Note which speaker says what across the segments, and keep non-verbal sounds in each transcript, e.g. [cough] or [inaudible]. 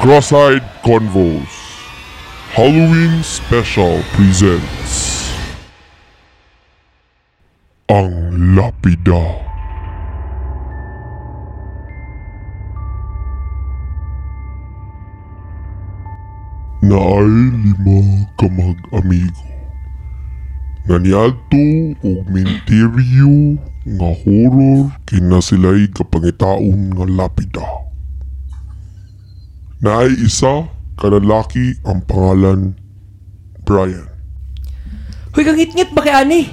Speaker 1: Cross-Eyed Convos Halloween Special presents Ang Lapida Na ay lima ka mag-amigo nga niadto og minteryo nga horror kina sila'y kapangitaon nga lapida. na ay isa kalalaki ang pangalan Brian.
Speaker 2: Hoy, kang ngit-ngit ba kay ani?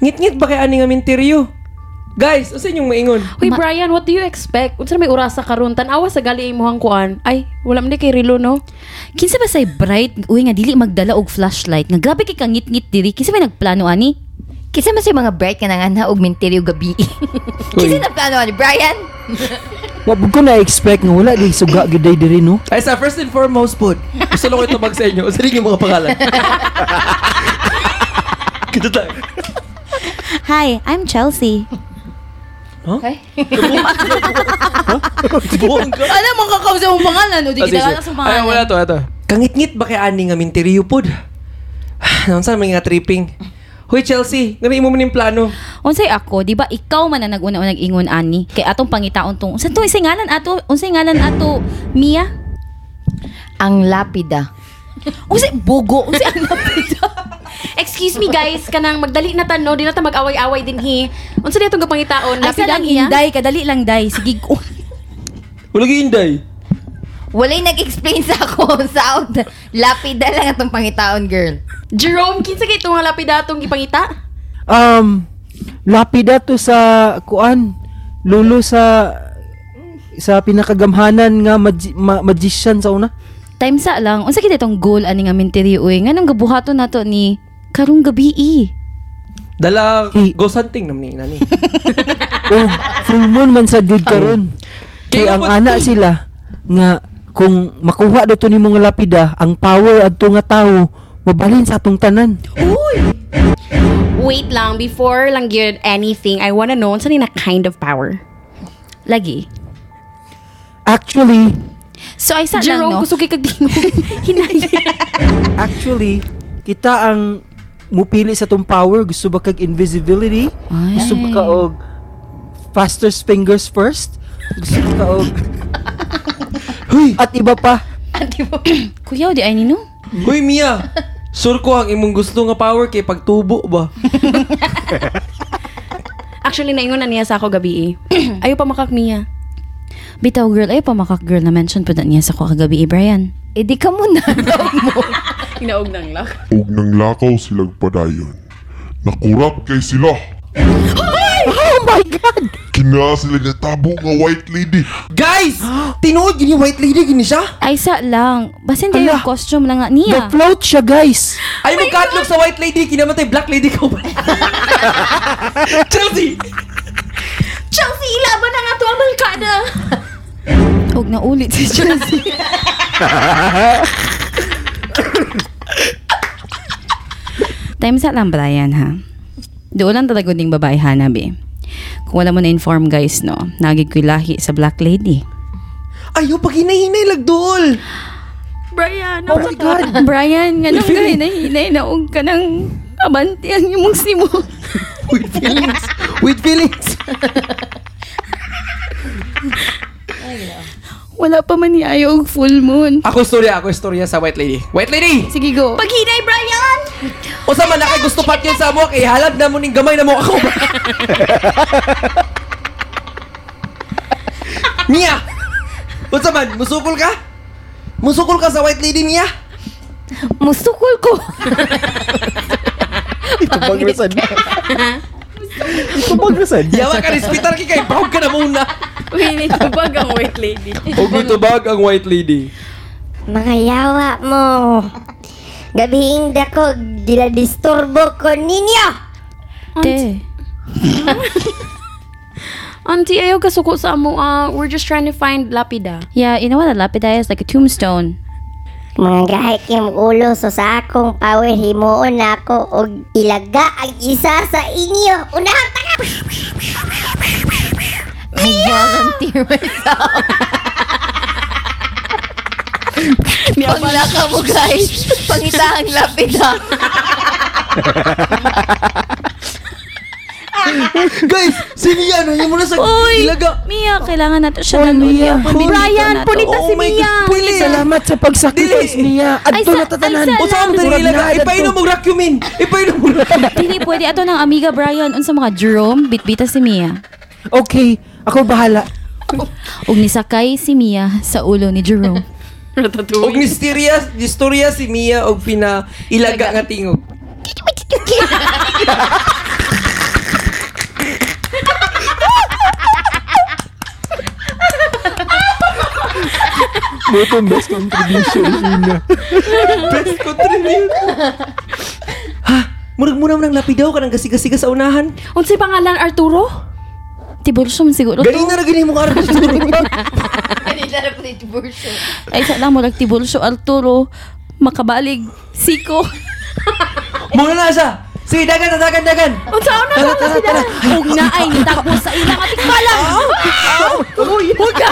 Speaker 2: Ngit-ngit ba kay ani nga minteryo? Guys, asa inyong maingon?
Speaker 3: Uy, Brian, what do you expect? Unsa na may orasa karon? Tan-awa sa gali imong kuan. Ay, wala man di kay Rilo, no?
Speaker 4: Kinsa ba say bright uy nga dili magdala og flashlight nga grabe kay kangit-ngit diri kinsa may nagplano ani?
Speaker 5: Kinsa man sa mga bright nga nangana og minteryo gabi. [laughs] Kinsa na plano ni Brian?
Speaker 6: Wa pud ko na-expect nga wala di suga gyud day diri no.
Speaker 2: Ay sa first and foremost po, gusto lang ko itabag sa inyo. Asa inyong mga
Speaker 3: [laughs]
Speaker 2: pangalan? Kita tayo.
Speaker 7: Hi, I'm Chelsea.
Speaker 2: Buong ka.
Speaker 3: Ano mong kakausap mong pangalan? O, di
Speaker 2: Ah, sige,
Speaker 3: kita
Speaker 2: sige.
Speaker 3: lang sa
Speaker 2: Ay, wala
Speaker 3: pangalan.
Speaker 2: to, ito. Kangit-ngit ba kay ani nga minteryo po? Naman saan mga tripping? Hoy, Chelsea, gani mo man yung plano.
Speaker 4: Unsay ako, di ba ikaw man ang naguna unag ingon ani kay atong pangitaon tong unsa to isay ngalan ato unsay ngalan ato Mia?
Speaker 5: Ang lapida.
Speaker 4: Unsay bogo
Speaker 5: [laughs]
Speaker 4: unsay ang
Speaker 3: Excuse me, guys. Kanang magdali na tan, no? Di na ta mag-away-away din, hi. Unsa di oh? itong kapangitaon?
Speaker 4: Lapid
Speaker 3: Lapidan
Speaker 4: lang
Speaker 3: niya.
Speaker 4: inday kadali lang day sige ko. [laughs]
Speaker 2: Wala kay Inday.
Speaker 5: Walay nag-explain sa ako sa out. Lapida lang atong pangitaon, girl.
Speaker 3: Jerome, kinsa kay itong lapidatong ipangita?
Speaker 6: Um lapida to sa kuan lulo sa sa pinakagamhanan nga magi- ma- magician sa una.
Speaker 4: Time sa lang unsa kita itong goal ani nga minteryo uy nganong gabuhaton nato ni karong gabi i.
Speaker 2: Dala,
Speaker 6: Hey.
Speaker 2: ghost hunting naman ni nani. [laughs]
Speaker 6: O Oh, full moon man sa did karon. Kay ang ana sila nga kung makuha daw to ni mga lapida ang power adto nga tawo mabalhin sa atong tanan.
Speaker 3: Wait lang, before lang yun anything, I wanna know, unsa ni na kind of power?
Speaker 4: Lagi.
Speaker 6: Actually,
Speaker 4: So ay sa lang
Speaker 3: Jerome,
Speaker 4: no.
Speaker 3: gusto kay kag [laughs] dingon. Hinaya.
Speaker 6: Actually, kita ang mupili sa tong power. Gusto ba kag invisibility?
Speaker 4: Ay.
Speaker 6: Gusto ba ka og fastest fingers first? Gusto ba ka og Huy! At iba pa.
Speaker 4: Kuya di ay nino.
Speaker 2: Hoy, Mia. Sure ko ang imong gusto nga power kay pagtubo ba?
Speaker 3: Actually, naingon na niya sa ako gabi, eh. [clears throat] Ayaw pa makakmiya.
Speaker 4: Bitaw girl ay pamakak girl na mention po na niya sa ko kagabi eh, Brian.
Speaker 5: Eh di ka muna.
Speaker 3: Inaog ng lock.
Speaker 1: Ug nang lakaw silang padayon. Nakurap kay sila.
Speaker 6: Oh my God!
Speaker 1: Kinaa sila nga tabo nga white lady.
Speaker 2: Guys! [gasps] Tinuod yun yung white lady, gini siya?
Speaker 4: [laughs] Ay sa lang. Basin tayo yung
Speaker 6: Ala.
Speaker 4: costume lang nga
Speaker 6: The
Speaker 4: niya.
Speaker 6: float siya, guys!
Speaker 2: Ay, magkatlog sa white lady, kinamatay black lady ko [laughs] ba? Chelsea!
Speaker 3: Chelsea, ilaban na nga to ang
Speaker 4: [laughs]
Speaker 3: barkada.
Speaker 4: Huwag na ulit si [laughs] Chelsea. Time sa lang, Brian, ha? Doon lang talaga ding babae hanap eh. Kung wala mo na-inform guys, no? Nagig ko'y lahi sa Black Lady.
Speaker 2: Ayaw, pag hinahinay, lagdol!
Speaker 4: Brian, oh my God! Brian, nga nung gay na hinay na huwag ka nang abante ang imong simo.
Speaker 2: With feelings! With feelings!
Speaker 4: Wala pa man ni ayaw og full moon.
Speaker 2: ako istorya, ako istorya sa white lady. White lady!
Speaker 4: Sige, go.
Speaker 3: Paghinay, Brian!
Speaker 2: O sa man kay gusto pat yun sa mo, kay halad na mo ning gamay na mo ako. [laughs] Mia! O sa man, musukol ka? Musukol ka sa white lady, Mia?
Speaker 5: Musukol ko.
Speaker 6: [laughs] Pabagresan. Pabagresan.
Speaker 2: Yawa ka, respitar ki kay bawag ka na muna.
Speaker 3: Uy, nitubag ang white lady.
Speaker 2: Huwag mo tubag ang white lady.
Speaker 7: Mga yawa mo. Gabiing dako, dinadisturbo ko ninyo.
Speaker 4: Te.
Speaker 3: Auntie, ayaw ka suko sa amo. ah. we're just trying to find lapida.
Speaker 4: Yeah, inawala lapidayas like a tombstone.
Speaker 7: Mga gahit yung ulo so sa akong power himuon ako og ilaga ang oh, isa sa inyo. Unahan ta ka!
Speaker 5: I volunteer myself. ka mo, guys. Pangitaang lapid, ha?
Speaker 2: Guys, sino yan? Ayaw mo na sa
Speaker 4: Uy! Ano,
Speaker 2: ilaga.
Speaker 4: Mia, kailangan natin siya
Speaker 6: Oh,
Speaker 4: ng
Speaker 6: Mia.
Speaker 3: Brian, punita
Speaker 2: Oh
Speaker 3: si
Speaker 2: my
Speaker 3: Mia.
Speaker 2: God, pwede.
Speaker 6: Salamat sa
Speaker 2: Dili.
Speaker 6: pagsakripisyo niya. Adto
Speaker 4: sa-
Speaker 6: na tatanan.
Speaker 4: ay, sa-
Speaker 2: O saan mo
Speaker 6: Murag
Speaker 2: dali ilaga?
Speaker 6: na, adto.
Speaker 2: Ipainom mo rakyumin. Ipainom mo rakyumin.
Speaker 4: Dili, pwede. Ato ng amiga Brian. Unsa mga Jerome, bitbita si Mia.
Speaker 6: Okay, ako bahala.
Speaker 4: Ug nisakay si Mia sa ulo ni Jerome.
Speaker 2: Og mysterious, istorya si Mia og pina ilaga nga tingog.
Speaker 6: Dito ang best contribution una.
Speaker 2: Best ko Ha? Murag muna mo ng lapidaw ka ng gasigasiga sa unahan.
Speaker 3: [laughs] Unsay pangalan Arturo?
Speaker 4: Tibursyom siguro
Speaker 2: Galing
Speaker 4: to.
Speaker 2: na rin mo
Speaker 6: [laughs]
Speaker 2: ka
Speaker 5: Kanila na po ni Tiburcio.
Speaker 4: Ay, sa lang mo, tiburso Arturo. Makabalig. Siko.
Speaker 2: Muna na siya. Sige, dagan, dagan, dagan.
Speaker 3: Unsa na
Speaker 2: Tara,
Speaker 3: ba
Speaker 2: tara,
Speaker 3: sila?
Speaker 2: tara.
Speaker 3: Ug na ay
Speaker 4: [laughs]
Speaker 3: nitagbo sa ilang atikbalan. Oh, Huwag ka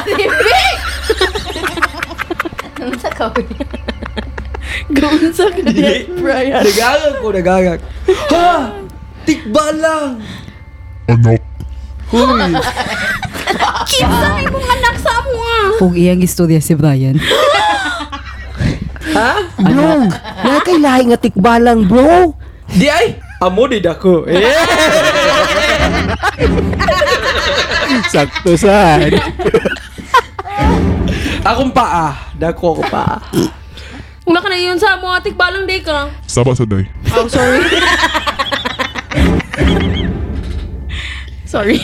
Speaker 5: Ano sa kawin?
Speaker 3: Gunsa ka
Speaker 2: Dili. Nagagag ko, nagagag. Ha? Tikba lang.
Speaker 1: Anak,
Speaker 2: Huy.
Speaker 3: Kinsa imong anak sa amo ah. nga.
Speaker 8: Kung iyang istorya si Brian.
Speaker 2: ha?
Speaker 6: Bro, na kay lahi nga tikbalang, bro.
Speaker 2: Di ay? Amo di dako. Eh.
Speaker 6: Sakto saan.
Speaker 2: Akong paa. Dako ako paa.
Speaker 3: Wala ka na yun sa amo atikbalan day ka.
Speaker 1: sabah sa day.
Speaker 3: Oh, sorry. sorry.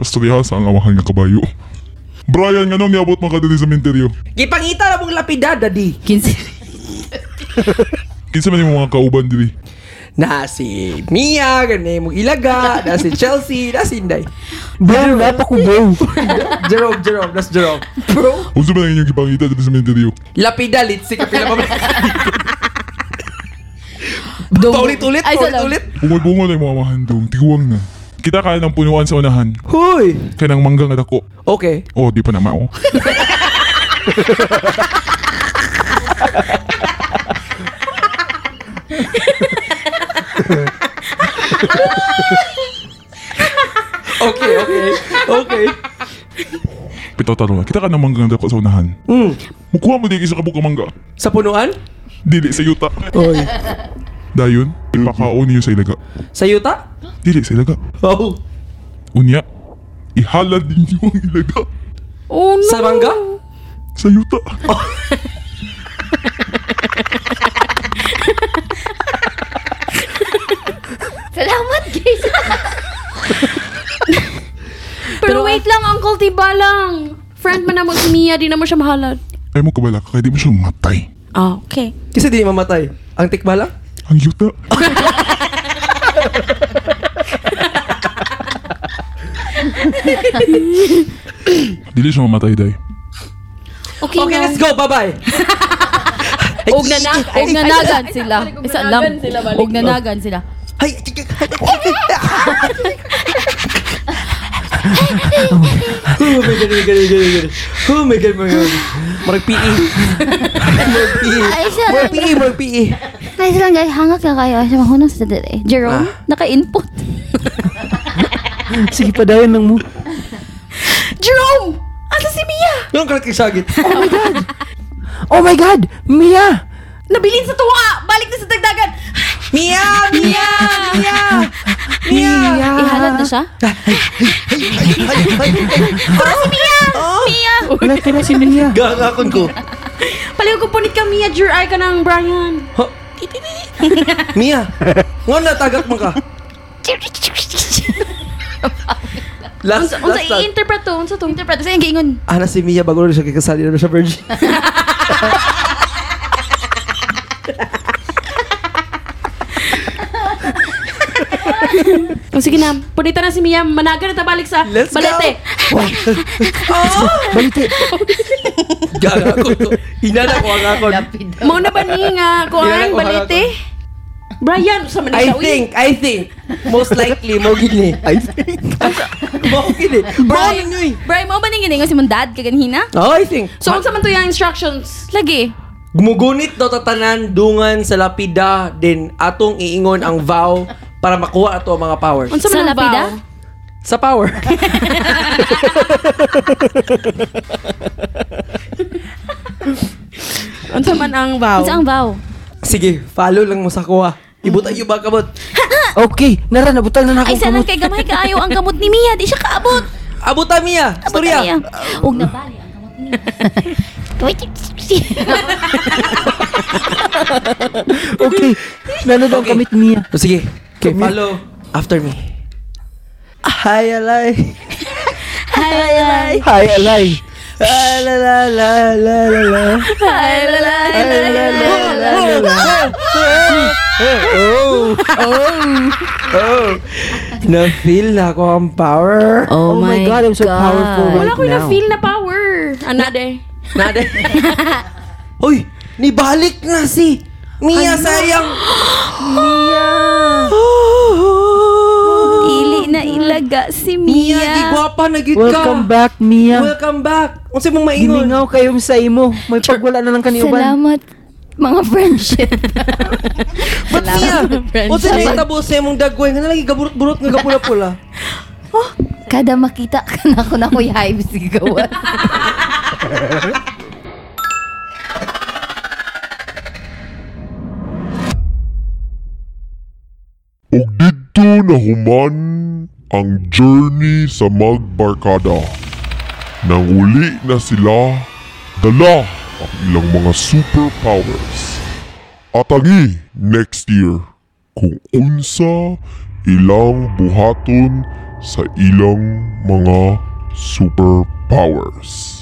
Speaker 1: Pastoryahan sa ang awahan nga kabayo. Brian, nga nung niabot mga kadali sa minteryo.
Speaker 2: Gipangita na mong lapida, daddy.
Speaker 8: Kinsi.
Speaker 1: Kinsa man yung mga kauban dili.
Speaker 2: Na si Mia, gani mong ilaga. Na si Chelsea, na si Inday.
Speaker 6: Bro, napa ko, bro.
Speaker 2: Jerome, Jerome, that's Jerome. Bro,
Speaker 1: Unsa man ang inyong gipangita dili sa minteryo?
Speaker 2: lapida, litsi ka pinapamit. Paulit-ulit,
Speaker 4: Ay, sa lang.
Speaker 2: paulit-ulit.
Speaker 1: Bungol-bungol ay mga mahandong, tiguwang na. Kita kaya ng punuan sa unahan,
Speaker 2: Huy.
Speaker 1: kaya ng mangga nga dako.
Speaker 2: Okay.
Speaker 1: Oh, di pa na mao.
Speaker 2: Okay, okay. Okay.
Speaker 1: Pitaw talo na. Kita ka ng mangga nga dako sa unahan.
Speaker 2: Mm.
Speaker 1: Mukuha mo di sa kabuka mangga.
Speaker 2: Sa punuan?
Speaker 1: Dili sa yuta.
Speaker 2: Oy.
Speaker 1: Dayon, pakaon niyo sa ilaga.
Speaker 2: Sa yuta?
Speaker 1: Dili sa ilaga.
Speaker 2: Oh.
Speaker 1: Unya, ihalad ninyo ang ilaga
Speaker 3: Oh no.
Speaker 2: Sa mangga?
Speaker 1: sa yuta.
Speaker 5: Salamat,
Speaker 3: [laughs]
Speaker 5: guys.
Speaker 3: Pero ah, wait lang, Uncle Tibalang. Friend man naman si Mia, di naman siya mahalad.
Speaker 1: Ay mo kabala ka, kaya di mo siya matay.
Speaker 3: Ah, okay.
Speaker 2: Kasi di mamatay. Ang tikba lang?
Speaker 1: Ang yuta. Dili siya mamatay, day.
Speaker 3: Okay,
Speaker 2: Okay,
Speaker 3: na.
Speaker 2: let's go. Bye-bye.
Speaker 4: Og nanak, og nanagan sila. Isa lang. Og nanagan sila.
Speaker 2: Ay, [laughs] oh my god, oh my god, oh my god, oh my god, oh my god. Marag [laughs] PE. Marag E. PE. Marag PE, marag PE.
Speaker 4: Kaya sila guys, hangak na kayo. Ay, mahunong sa dere. Jerome,
Speaker 2: Ah.
Speaker 4: naka-input.
Speaker 6: Sige pa dayon lang mo.
Speaker 3: Jerome! Asa si Mia?
Speaker 2: Anong karat kay sagit?
Speaker 6: Oh my God! Mia!
Speaker 3: Nabilin sa tuwa! Balik na sa dagdagan!
Speaker 2: Mia! Mia! Mia! Mia!
Speaker 4: Ihalad
Speaker 2: Ah.
Speaker 4: na siya.
Speaker 2: [laughs]
Speaker 3: Para si Oh, Mia!
Speaker 2: Oh.
Speaker 3: Mia!
Speaker 6: Wala ka na si
Speaker 2: [laughs]
Speaker 6: Mia.
Speaker 2: Gangakon ko.
Speaker 3: Paliw ko punit ka, Mia. Jure eye ka ng Brian.
Speaker 2: Ha? Mia! Nga na, tagak mo ka. Last,
Speaker 3: Unsa, unsa
Speaker 2: last, last.
Speaker 3: i-interpret to? Unsa to? Interpret.
Speaker 4: Kasi yung gingon.
Speaker 2: Ana si Mia bago rin siya kikasali na siya virgin.
Speaker 3: O Oh, sige na, punita na si Mia. Managa na tabalik sa
Speaker 2: Let's
Speaker 3: balete.
Speaker 2: go! oh!
Speaker 6: Balite.
Speaker 2: Gagakon ko. Hinala ko ang akon.
Speaker 5: Lapid.
Speaker 3: Mauna ba ni nga kuan
Speaker 2: Kilala ko,
Speaker 3: balete? Brian, sa man
Speaker 2: I think, I think, most likely, mo gini. I think. mo gini. Brian, nyo eh.
Speaker 4: Brian, mo ba nangyayin nga si mong dad kaganhina?
Speaker 2: Oh, I think.
Speaker 3: So, unsa man to yung instructions?
Speaker 4: Lagi.
Speaker 2: Gumugunit daw tatanan, dungan sa lapida, din atong iingon ang vow para makuha ato ang mga powers.
Speaker 3: Unsa man
Speaker 4: Sa
Speaker 3: ang vow?
Speaker 4: lapida?
Speaker 2: Sa power. [laughs]
Speaker 3: Unsa man ang vow?
Speaker 4: Unsa ang vow?
Speaker 2: Sige, follow lang mo sa kuha. Ibutay yung ba kabot?
Speaker 6: Okay, nara, nabutal na na
Speaker 4: Ay,
Speaker 6: akong
Speaker 4: sana
Speaker 6: kamot.
Speaker 4: kay gamay kaayo ang gamot ni Mia. Di siya kaabot.
Speaker 2: Abuta Mia! ah. Storya!
Speaker 4: Huwag na bali ang gamot ni Mia. [laughs]
Speaker 6: Okay, nara daw ang
Speaker 2: Okay.
Speaker 6: kamit niya.
Speaker 2: O Oh, sige,
Speaker 6: Okay, Mia.
Speaker 2: follow after me. Ay, alay.
Speaker 6: Hi, alay.
Speaker 2: Ay, la, la, la, la, la, la. Ay, la, la, la, la, la, la. Oh,
Speaker 6: [laughs]
Speaker 2: oh, oh. Na-feel na ako ang power.
Speaker 6: Oh my God, I'm so powerful right
Speaker 3: Wala ko
Speaker 6: now.
Speaker 3: na feel na power. Anade.
Speaker 2: Nade. Uy, nibalik na si Mia [gasps] sayang. Mia.
Speaker 4: Ili na ilaga si
Speaker 2: Mia, di
Speaker 4: Mia.
Speaker 2: gwapa na gid ka.
Speaker 6: Welcome back, Mia.
Speaker 2: Welcome back. Unsa mong maingon?
Speaker 6: Gimingaw kayong sa imo. May pagwala na lang kaniuban.
Speaker 5: Salamat, mga friendship.
Speaker 2: Ba't [laughs] Mia?
Speaker 4: [laughs] friendship.
Speaker 2: Unsa na itabo sa imong dagway nga lagi gaburot-burot nga gapula-pula.
Speaker 5: Kada makita ka na ako na kuya Hives, gawa.
Speaker 1: Og dito na human ang journey sa magbarkada. Nang uli na sila, dala ang ilang mga superpowers. At angi next year kung unsa ilang buhaton sa ilang mga superpowers.